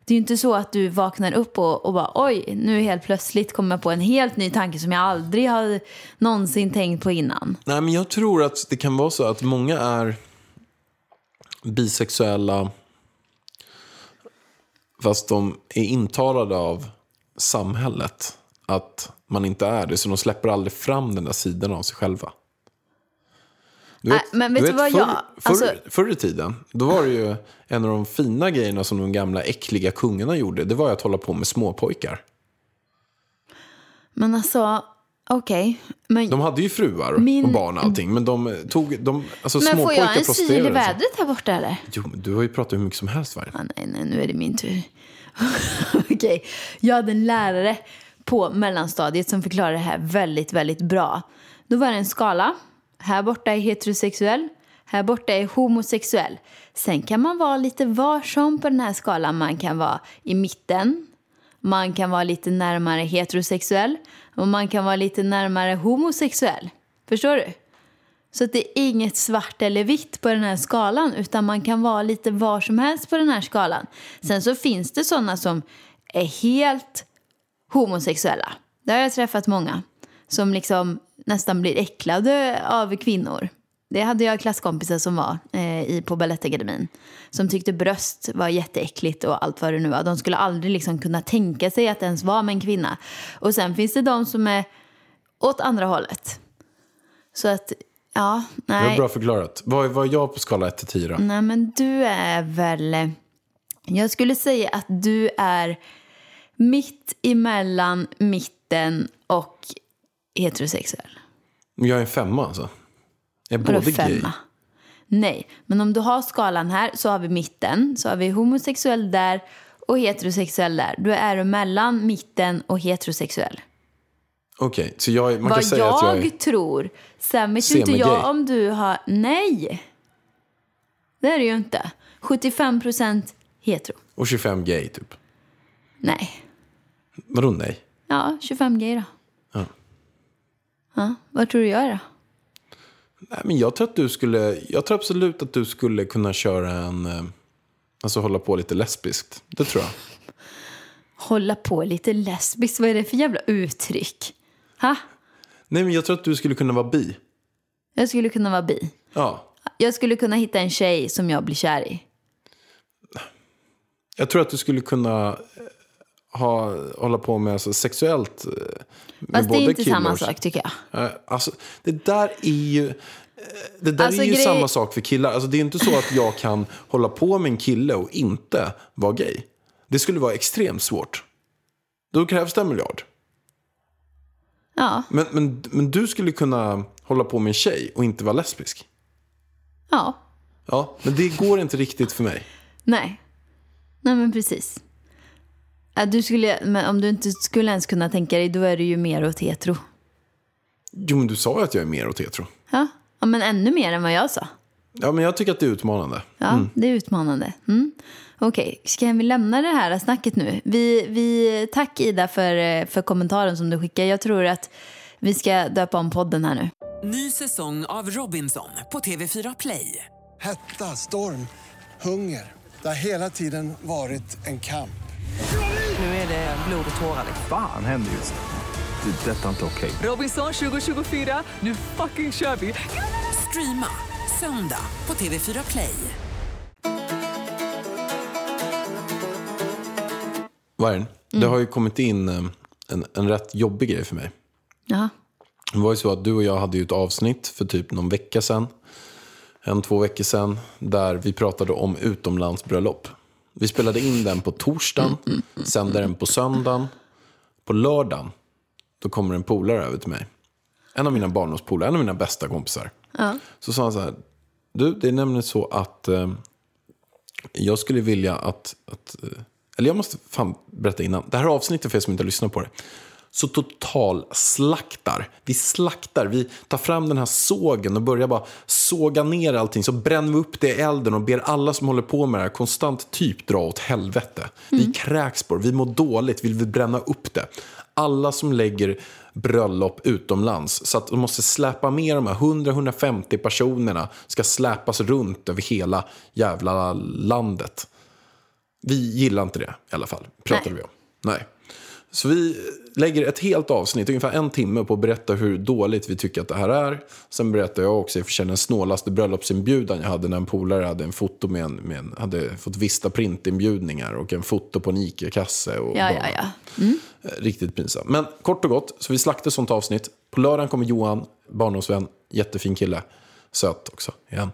[SPEAKER 2] Det är ju inte så att du vaknar upp och, och bara oj, nu helt plötsligt kommer jag på en helt ny tanke som jag aldrig har någonsin tänkt på innan.
[SPEAKER 3] Nej, men jag tror att det kan vara så att många är bisexuella fast de är intalade av samhället att man inte är det. Så de släpper aldrig fram den där sidan av sig själva. Du
[SPEAKER 2] Nej, men vet du vad
[SPEAKER 3] förr,
[SPEAKER 2] jag-
[SPEAKER 3] förr,
[SPEAKER 2] alltså-
[SPEAKER 3] förr i tiden, då var det ju en av de fina grejerna som de gamla äckliga kungarna gjorde. Det var ju att hålla på med småpojkar.
[SPEAKER 2] Men alltså, okej. Men
[SPEAKER 3] De hade ju fruar och
[SPEAKER 2] Min-
[SPEAKER 3] barn och allting. Men de tog, de, alltså
[SPEAKER 2] Men får jag en
[SPEAKER 3] småpojkar
[SPEAKER 2] syl i
[SPEAKER 3] prostituerade sig.
[SPEAKER 2] vädret här borta eller?
[SPEAKER 3] Jo, men du har ju pratat hur mycket som helst varje.
[SPEAKER 2] Ah, nej, nej, nu är det min tur. Okej, jag hade en lärare på mellanstadiet som förklarade det här väldigt, väldigt bra. Då var det en skala. Här borta är heterosexuell, här borta är homosexuell. Sen kan man vara lite var som på den här skalan. Man kan vara i mitten, man kan vara lite närmare heterosexuell och man kan vara lite närmare homosexuell. Förstår du? Så att det är inget svart eller vitt på den här skalan utan man kan vara lite var som helst på den här skalan. Sen så finns det sådana som är helt homosexuella. Där har jag träffat många som liksom nästan blir äcklade av kvinnor. Det hade jag klasskompisar som var eh, i, på Balettakademin som tyckte bröst var jätteäckligt och allt vad det nu var. De skulle aldrig liksom kunna tänka sig att ens vara med en kvinna. Och sen finns det de som är åt andra hållet. Så att, ja,
[SPEAKER 3] Det var
[SPEAKER 2] nej. Mm.
[SPEAKER 3] bra förklarat. Vad, vad är jag på skala 1 till 10 då?
[SPEAKER 2] Nej, men du är väl... Jag skulle säga att du är mitt emellan mitten och heterosexuell.
[SPEAKER 3] Jag är en femma alltså. Jag är
[SPEAKER 2] Vadå
[SPEAKER 3] både gay.
[SPEAKER 2] femma? Nej, men om du har skalan här så har vi mitten, så har vi homosexuell där och heterosexuell där. Du är du mellan mitten och heterosexuell.
[SPEAKER 3] Okej, så jag, är- man kan
[SPEAKER 2] Vad jag,
[SPEAKER 3] säga att jag är...
[SPEAKER 2] tror, sen vet ju inte
[SPEAKER 3] Semigay.
[SPEAKER 2] jag om du har... Nej! Det är det ju inte. 75% hetero.
[SPEAKER 3] Och 25 gay typ.
[SPEAKER 2] Nej.
[SPEAKER 3] Vadå nej?
[SPEAKER 2] Ja, 25 gay då.
[SPEAKER 3] Ja.
[SPEAKER 2] Ja, vad tror du jag är då?
[SPEAKER 3] Nej, men jag tror att du skulle... Jag tror absolut att du skulle kunna köra en... eh, Alltså hålla på lite lesbiskt. Det tror jag.
[SPEAKER 2] Hålla på lite lesbiskt, vad är det för jävla uttryck? Ha?
[SPEAKER 3] Nej, men jag tror att du skulle kunna vara bi.
[SPEAKER 2] Jag skulle kunna vara bi.
[SPEAKER 3] Ja.
[SPEAKER 2] Jag skulle kunna hitta en tjej som jag blir kär i.
[SPEAKER 3] Jag tror att du skulle kunna eh, ha, hålla på med alltså, sexuellt eh, med
[SPEAKER 2] Fast det är
[SPEAKER 3] både
[SPEAKER 2] inte samma
[SPEAKER 3] och-
[SPEAKER 2] sak tycker jag.
[SPEAKER 3] Eh, Alltså, det där är ju... eh, Det där
[SPEAKER 2] Alltså,
[SPEAKER 3] är ju
[SPEAKER 2] grej-
[SPEAKER 3] samma sak för killar. Alltså, det är inte så att jag kan hålla på med en kille och inte vara gay. Det skulle vara extremt svårt. Då krävs det en miljard.
[SPEAKER 2] Ja,
[SPEAKER 3] Men, men, men du skulle kunna hålla på med en tjej och inte vara lesbisk.
[SPEAKER 2] ja,
[SPEAKER 3] Ja, men det går inte riktigt för mig.
[SPEAKER 2] nej. Nej men precis. Ja, Du skulle, men om du inte skulle ens kunna tänka dig, då är du ju mer åt hetero.
[SPEAKER 3] Jo, men du sa ju att jag är mer åt hetero.
[SPEAKER 2] Ja, ja men ännu mer än vad jag sa.
[SPEAKER 3] Ja, men jag tycker att det är utmanande.
[SPEAKER 2] Ja, det är utmanande. Mm. Okej, ska vi lämna det här snacket nu? Vi, vi, tack Ida för, eh, för kommentaren som du skickar. Jag tror att vi ska döpa om podden här nu.
[SPEAKER 4] Ny säsong av Robinson på TV4 Play.
[SPEAKER 5] Hetta, storm, hunger. Det har hela tiden varit en kamp.
[SPEAKER 4] Nu är det blod och tårar. liksom.
[SPEAKER 6] Fan händer just det. Det är detta inte okej.
[SPEAKER 4] Robinson 2024, nu fucking kör vi! Streama söndag på TV4 Play.
[SPEAKER 3] Vargen,
[SPEAKER 2] Mm.
[SPEAKER 3] det har ju kommit in eh, en, en rätt jobbig grej för mig.
[SPEAKER 2] Jaha.
[SPEAKER 3] Det var ju så att du och jag hade ju ett avsnitt för typ någon vecka sedan. En, två veckor sedan. Där vi pratade om utomlandsbröllop. Vi spelade in den på torsdagen. Sände den på söndagen. På lördagen. Då kommer en polare över till mig. En av mina barndomspolare. En av mina bästa kompisar. Så sa han så här. Du, det är nämligen så att. Eh, jag skulle vilja att, att... eh, Eller jag måste fan berätta innan. Det här avsnittet för er som inte har lyssnat på det. Så total slaktar. Vi slaktar. Vi tar fram den här sågen och börjar bara såga ner allting. Så bränner vi upp det i elden och ber alla som håller på med det här konstant typ dra åt helvete. Vi kräks på det. Vi mår dåligt. Vill vi bränna upp det? Alla som lägger bröllop utomlands så att de måste släpa med de här 100-150 personerna ska släpas runt över hela jävla landet. Vi gillar inte det i alla fall, pratade
[SPEAKER 2] Nej.
[SPEAKER 3] vi om. Nej. Så vi lägger ett helt avsnitt, ungefär en timme, på att berätta hur dåligt vi tycker att det här är. Sen berättar jag också, jag känner den snålaste bröllopsinbjudan jag hade när en polare hade en foto med en, med en hade fått vista printinbjudningar och en foto på en ICA-kasse. och
[SPEAKER 2] Ja,
[SPEAKER 3] bara-
[SPEAKER 2] ja, ja.
[SPEAKER 3] Eh, Riktigt pinsamt. Men kort och gott, så vi slaktade sånt avsnitt. På lördagen kommer Johan, barndomsvän, jättefin kille. Söt också, igen.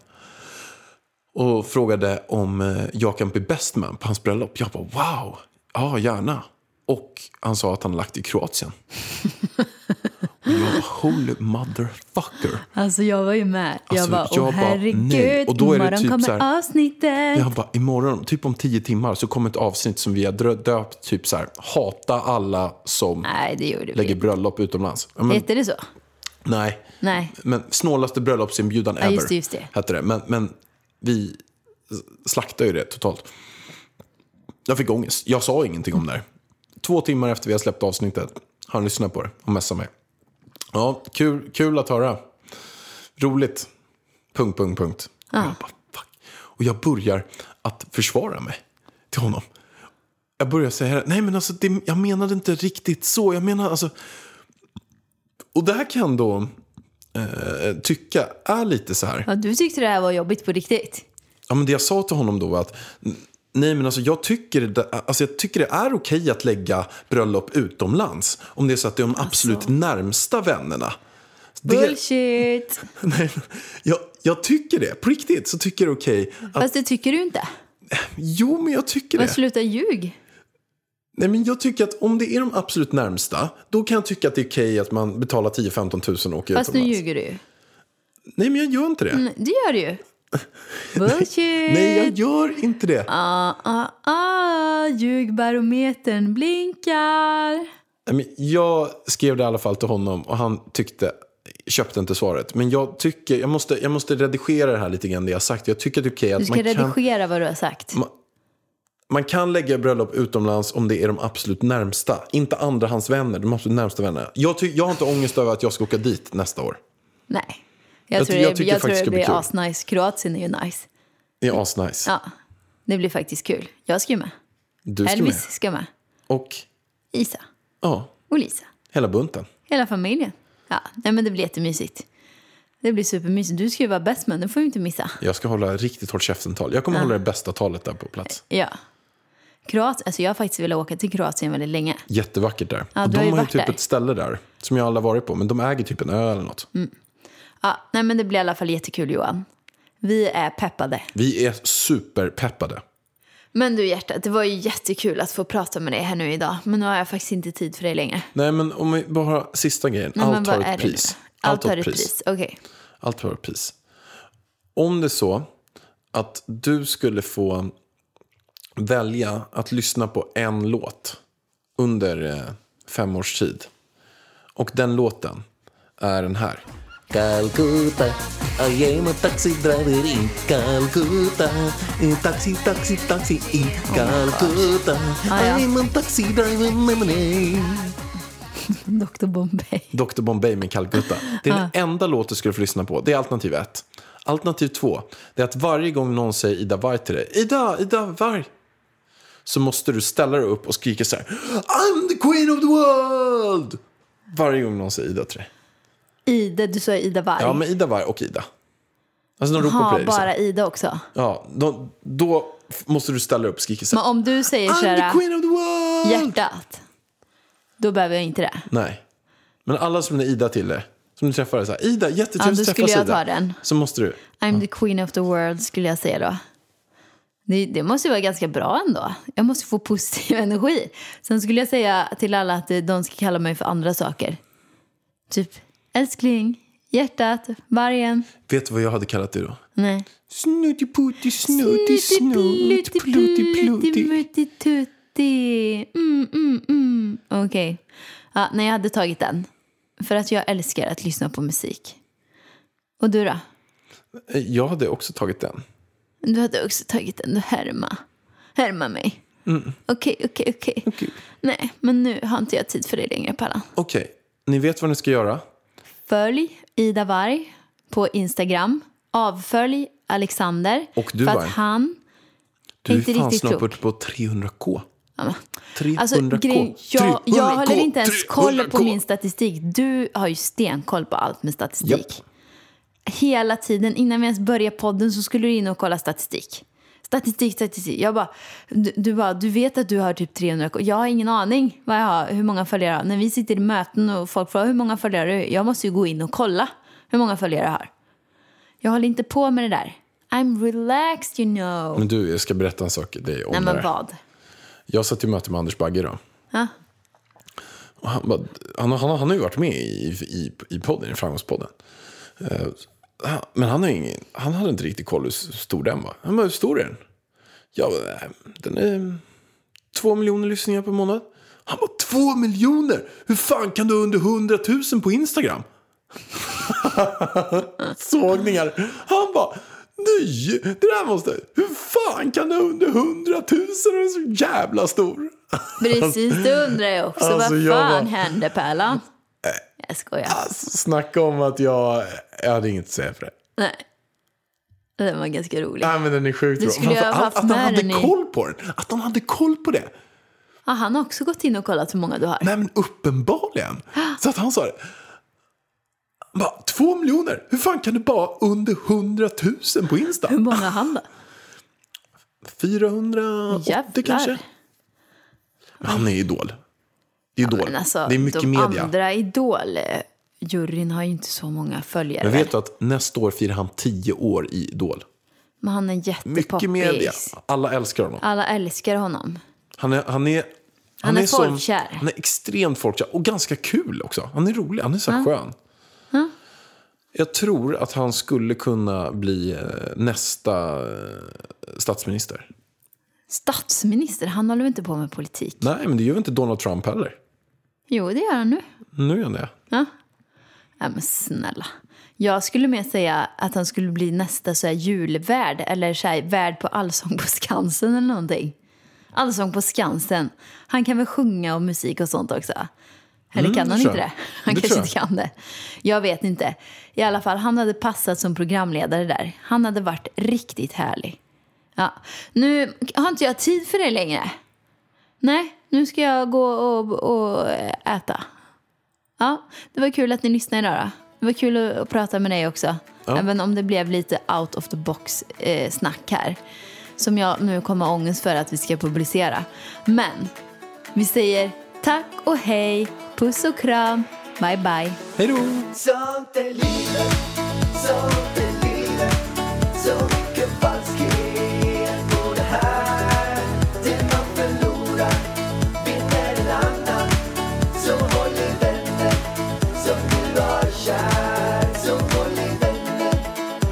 [SPEAKER 3] Och frågade om eh, jag kan bli best man på hans bröllop. Jag bara wow, ja gärna. Och han sa att han lagt i Kroatien. Och jag bara, holy motherfucker.
[SPEAKER 2] Alltså jag var ju med. Jag
[SPEAKER 3] Alltså,
[SPEAKER 2] bara,
[SPEAKER 3] jag
[SPEAKER 2] åh
[SPEAKER 3] bara, nej.
[SPEAKER 2] herregud,
[SPEAKER 3] Och då är det
[SPEAKER 2] imorgon
[SPEAKER 3] typ
[SPEAKER 2] kommer
[SPEAKER 3] så här-
[SPEAKER 2] avsnittet.
[SPEAKER 3] Jag bara, imorgon, typ om tio timmar, så kommer ett avsnitt som vi har drö- döpt typ så här, hata alla som
[SPEAKER 2] Nej, det gjorde vi
[SPEAKER 3] lägger
[SPEAKER 2] inte.
[SPEAKER 3] bröllop utomlands. Ja, men,
[SPEAKER 2] Hette det så?
[SPEAKER 3] nej.
[SPEAKER 2] Nej.
[SPEAKER 3] Men snålaste bröllopsinbjudan ever.
[SPEAKER 2] just det, just det.
[SPEAKER 3] Hette det. Men, men vi slaktade ju det totalt. Jag fick ångest. Jag sa ingenting om det här. Två timmar efter vi har släppt avsnittet har han lyssnat på det och messat mig. Ja, kul, kul att höra. Roligt. Punkt, punkt, punkt. Och Jag bara, fuck. Och jag börjar att försvara mig till honom. Jag börjar säga, nej men alltså, det, jag menade inte riktigt så. Jag menar alltså... Och det här kan då eh, tycka är lite så här.
[SPEAKER 2] Ja, du tyckte det här var jobbigt på riktigt.
[SPEAKER 3] Ja, men det jag sa till honom då var att nej, men alltså, jag, tycker det, alltså, jag tycker det är okej att lägga bröllop utomlands om det är så att det är de absolut närmsta vännerna. Det,
[SPEAKER 2] Alltså. Bullshit!
[SPEAKER 3] nej, men jag, jag tycker det, på riktigt så tycker jag det är okej. Att,
[SPEAKER 2] Fast det tycker du inte.
[SPEAKER 3] jo, men jag tycker
[SPEAKER 2] Men
[SPEAKER 3] det.
[SPEAKER 2] sluta ljug.
[SPEAKER 3] Nej, men jag tycker att om det är de absolut närmsta, då kan jag tycka att det är okej att man betalar 10-15 tusen och åker
[SPEAKER 2] Fast nu
[SPEAKER 3] utomlands.
[SPEAKER 2] ljuger du ju.
[SPEAKER 3] Nej, men jag gör inte det.
[SPEAKER 2] Mm, Det gör du ju. Bullshit!
[SPEAKER 3] Nej, jag gör inte det.
[SPEAKER 2] Ah, ah, ah, ljugbarometern blinkar.
[SPEAKER 3] Nej, men Jag skrev det i alla fall till honom och han tyckte, köpte inte svaret. Men jag tycker, jag måste, jag måste redigera det här lite grann det jag sagt. Jag tycker att det är okej
[SPEAKER 2] Du
[SPEAKER 3] att
[SPEAKER 2] ska
[SPEAKER 3] man kan,
[SPEAKER 2] redigera vad du har sagt.
[SPEAKER 3] man kan lägga bröllop utomlands om det är de absolut närmsta. Inte andrahandsvänner, de absolut närmsta vännerna. Jag, ty, jag har inte ångest över att jag ska åka dit nästa år.
[SPEAKER 2] Nej. Jag,
[SPEAKER 3] Jag
[SPEAKER 2] tror
[SPEAKER 3] ty- jag
[SPEAKER 2] det,
[SPEAKER 3] tycker
[SPEAKER 2] jag tror
[SPEAKER 3] faktiskt
[SPEAKER 2] det
[SPEAKER 3] det ska
[SPEAKER 2] blir
[SPEAKER 3] bli
[SPEAKER 2] asnice. Kroatien är ju nice.
[SPEAKER 3] Det är asnice.
[SPEAKER 2] Ja, det blir faktiskt kul. Jag ska ju med.
[SPEAKER 3] Du ska med.
[SPEAKER 2] Elvis ska med.
[SPEAKER 3] Och,
[SPEAKER 2] Isa
[SPEAKER 3] ja,
[SPEAKER 2] och Lisa.
[SPEAKER 3] hela bunten.
[SPEAKER 2] Hela familjen. Ja, nej men det blir jättemysigt. Det blir supermysigt. Du ska ju vara bäst man, det får du inte missa.
[SPEAKER 3] Jag ska hålla riktigt hårt käften-tal. Jag kommer hålla det bästa talet där på plats.
[SPEAKER 2] Ja. Kroatien, alltså jag har faktiskt velat åka till Kroatien väldigt länge.
[SPEAKER 3] Jättevackert där.
[SPEAKER 2] Ja,
[SPEAKER 3] och
[SPEAKER 2] du har ju
[SPEAKER 3] de har ju
[SPEAKER 2] varit
[SPEAKER 3] typ
[SPEAKER 2] där.
[SPEAKER 3] ett ställe där som jag aldrig har varit på. Men de äger typ en ö eller något.
[SPEAKER 2] Mm. Ja, nej men det blir i alla fall jättekul Johan. Vi är peppade.
[SPEAKER 3] Vi är superpeppade.
[SPEAKER 2] Men du hjärtat, det var ju jättekul att få prata med dig här nu idag. Men nu har jag faktiskt inte tid för dig längre.
[SPEAKER 3] Nej men om vi bara sista grejen.
[SPEAKER 2] Nej, men
[SPEAKER 3] Allt
[SPEAKER 2] vad
[SPEAKER 3] har
[SPEAKER 2] är
[SPEAKER 3] ett
[SPEAKER 2] det
[SPEAKER 3] pris.
[SPEAKER 2] nu? Allt har ett pris, okej.
[SPEAKER 3] Allt har ett pris. Om det är så att du skulle få välja att lyssna på en låt under eh, fem års tid. Och den låten är den här.
[SPEAKER 7] Calcutta, I am a taxi driver in Calcutta. Eh, Taxi, taxi, taxi in Calcutta.
[SPEAKER 2] Ah, ja.
[SPEAKER 7] I am a taxi driver med mig.
[SPEAKER 2] Dr Bombay.
[SPEAKER 3] Dr Bombay med Calcutta. Det är
[SPEAKER 2] Ah.
[SPEAKER 3] den enda låt du skulle få lyssna på. Det är alternativ ett. Alternativ två, det är att varje gång någon säger Ida Varg till dig, Ida, Ida Varg, så måste du ställa dig upp och skrika så här, I'm the queen of the world! Varje gång någon säger Ida till dig.
[SPEAKER 2] Ida, du sa Ida Varg.
[SPEAKER 3] Ja, men Ida Varg och Ida. Alltså de ropar på
[SPEAKER 2] ha,
[SPEAKER 3] dig. Liksom.
[SPEAKER 2] bara Ida också.
[SPEAKER 3] Ja, då, då f- måste du ställa dig upp och skrika så
[SPEAKER 2] Men
[SPEAKER 3] här,
[SPEAKER 2] om du säger så
[SPEAKER 3] I'm the
[SPEAKER 2] här, äh,
[SPEAKER 3] queen of the world!
[SPEAKER 2] hjärtat, då behöver jag inte det.
[SPEAKER 3] Nej. Men alla som det är Ida till dig, som du träffar, är så här, Ida,
[SPEAKER 2] Ja, då
[SPEAKER 3] jättetrevligt att
[SPEAKER 2] skulle
[SPEAKER 3] träffas
[SPEAKER 2] jag
[SPEAKER 3] Ida.
[SPEAKER 2] ta den.
[SPEAKER 3] Så måste du.
[SPEAKER 2] I'm the queen of the world skulle jag säga då. Det, det måste ju vara ganska bra ändå. Jag måste få positiv energi. Sen skulle jag säga till alla att eh, de ska kalla mig för andra saker. Typ älskling, hjärtat, vargen.
[SPEAKER 3] Vet du vad jag hade kallat det då?
[SPEAKER 2] Nej.
[SPEAKER 3] Snuttiputti, snutti, snut,
[SPEAKER 2] Plutti,
[SPEAKER 3] plutti,
[SPEAKER 2] plutti,
[SPEAKER 3] plutti.
[SPEAKER 2] mutti, tutti. Mm, mm, mm. Okej. Ja, nej, jag hade tagit den. För att jag älskar att lyssna på musik. Och du då?
[SPEAKER 3] Eh, Jag hade också tagit den.
[SPEAKER 2] Du hade också tagit den. Du härma. Härma mig.
[SPEAKER 3] Mm.
[SPEAKER 2] Okej, okej, okej. Nej, men nu har inte jag tid för dig längre, Pallan.
[SPEAKER 3] Okej, ni vet vad ni ska göra?
[SPEAKER 2] Följ Ida Varg på Instagram. Avfölj Alexander.
[SPEAKER 3] Och du,
[SPEAKER 2] för att
[SPEAKER 3] Varg.
[SPEAKER 2] han...
[SPEAKER 3] Du är
[SPEAKER 2] Inte
[SPEAKER 3] fan
[SPEAKER 2] riktigt
[SPEAKER 3] snart
[SPEAKER 2] klok.
[SPEAKER 3] uppe på 300k.
[SPEAKER 2] Ja, men-
[SPEAKER 3] 300k.
[SPEAKER 2] Alltså, grejen, jag, jag
[SPEAKER 3] 300K,
[SPEAKER 2] håller inte ens koll på
[SPEAKER 3] 300K.
[SPEAKER 2] min statistik. Du har ju stenkoll på allt med statistik.
[SPEAKER 3] Japp.
[SPEAKER 2] Hela tiden, innan vi ens började podden så skulle du in och kolla statistik. Statistik, statistik. Jag bara, du, du bara, du vet att du har typ 300 Jag har ingen aning vad jag har, hur många följare jag har. När vi sitter i möten och folk frågar hur många följare har du Jag måste ju gå in och kolla hur många följare jag har. Jag håller inte på med det där. I'm relaxed you know.
[SPEAKER 3] Men du, jag ska berätta en sak till dig om
[SPEAKER 2] Nej
[SPEAKER 3] det
[SPEAKER 2] men
[SPEAKER 3] här.
[SPEAKER 2] vad?
[SPEAKER 3] Jag satt i möte med Anders Bagge då.
[SPEAKER 2] Ja.
[SPEAKER 3] Och han, bara, han, han, han har ju varit med i, i, i podden, i Framgångspodden. Eh, han- men han, har ju ingen, han hade inte riktigt koll hur stor den var. Han bara, hur stor är den? Jag bara, "Nej, den är två miljoner lyssningar per månad. Han bara, två miljoner? Hur fan kan du ha under hundratusen på Instagram? Sågningar. Han bara, nej, det där måste... Hur fan kan du ha under hundratusen? Den är så jävla stor.
[SPEAKER 2] Precis, det undrar jag också.
[SPEAKER 3] Alltså,
[SPEAKER 2] Vad
[SPEAKER 3] jag
[SPEAKER 2] fan
[SPEAKER 3] var-
[SPEAKER 2] hände Pärlan? Jag skojar.
[SPEAKER 3] Alltså, snacka om att jag... Jag hade inget att säga för det.
[SPEAKER 2] Nej. Den var ganska rolig.
[SPEAKER 3] Nej, men den är sjukt
[SPEAKER 2] Du
[SPEAKER 3] bra.
[SPEAKER 2] skulle ju
[SPEAKER 3] Framför
[SPEAKER 2] ha
[SPEAKER 3] allt
[SPEAKER 2] haft
[SPEAKER 3] att han
[SPEAKER 2] med
[SPEAKER 3] hade
[SPEAKER 2] den i-
[SPEAKER 3] koll på den. Att han hade koll på det.
[SPEAKER 2] Ah, han har också gått in och kollat hur många du har.
[SPEAKER 3] Nej, men uppenbarligen. Så att han sa det. Han Bara, två miljoner? Hur fan kan du bara under hundratusen på Insta?
[SPEAKER 2] Hur många har han då?
[SPEAKER 3] 480
[SPEAKER 2] Jävlar.
[SPEAKER 3] kanske? Men han är idol. Idol.
[SPEAKER 2] Men alltså,
[SPEAKER 3] det är mycket
[SPEAKER 2] de
[SPEAKER 3] media.
[SPEAKER 2] andra Idol-juryn har ju inte så många följare.
[SPEAKER 3] Men vet du att nästa år firar han tio år i Idol?
[SPEAKER 2] Men han är
[SPEAKER 3] Mycket
[SPEAKER 2] jättepoppis.
[SPEAKER 3] media. Alla älskar honom.
[SPEAKER 2] Alla älskar honom.
[SPEAKER 3] Han är, han är, han
[SPEAKER 2] är
[SPEAKER 3] som-
[SPEAKER 2] folkkär.
[SPEAKER 3] han är extremt folkkär och ganska kul också. Han är rolig, han är så här skön. Jag tror att han skulle kunna bli eh, nästa eh, statsminister.
[SPEAKER 2] Statsminister, han håller väl inte på med politik?
[SPEAKER 3] Nej, men det gör väl inte Donald Trump heller?
[SPEAKER 2] Jo, det gör han nu.
[SPEAKER 3] Nu är han det.
[SPEAKER 2] Ja, Äh, men snälla. Jag skulle mer säga att han skulle bli nästa så här julvärd eller så här värd på Allsång på Skansen eller någonting. Allsång på Skansen. Han kan väl sjunga och musik och sånt också? Eller
[SPEAKER 3] Mm,
[SPEAKER 2] kan
[SPEAKER 3] det
[SPEAKER 2] han
[SPEAKER 3] tror
[SPEAKER 2] inte
[SPEAKER 3] jag.
[SPEAKER 2] det? Han
[SPEAKER 3] Det
[SPEAKER 2] kanske
[SPEAKER 3] tror
[SPEAKER 2] inte kan det. Jag vet inte. I alla fall, han hade passat som programledare där. Han hade varit riktigt härlig. Ja. Nu har inte jag tid för det längre. Nej, nu ska jag gå och, och äta. Ja, det var kul att ni lyssnade idag då. Det var kul att, att prata med dig också. Även om det blev lite out of the box eh, snack här. som jag nu kommer ha ångest för att vi ska publicera. Men vi säger tack och hej, puss och kram, bye bye.
[SPEAKER 3] Hej då!
[SPEAKER 1] Sånt är livet, sånt är livet Så mycket falskhet på det här Det man förlorar vinner en annan Så håll i vänner som du har kär Så håll i vänner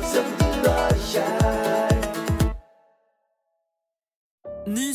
[SPEAKER 1] som du har kär
[SPEAKER 4] Ny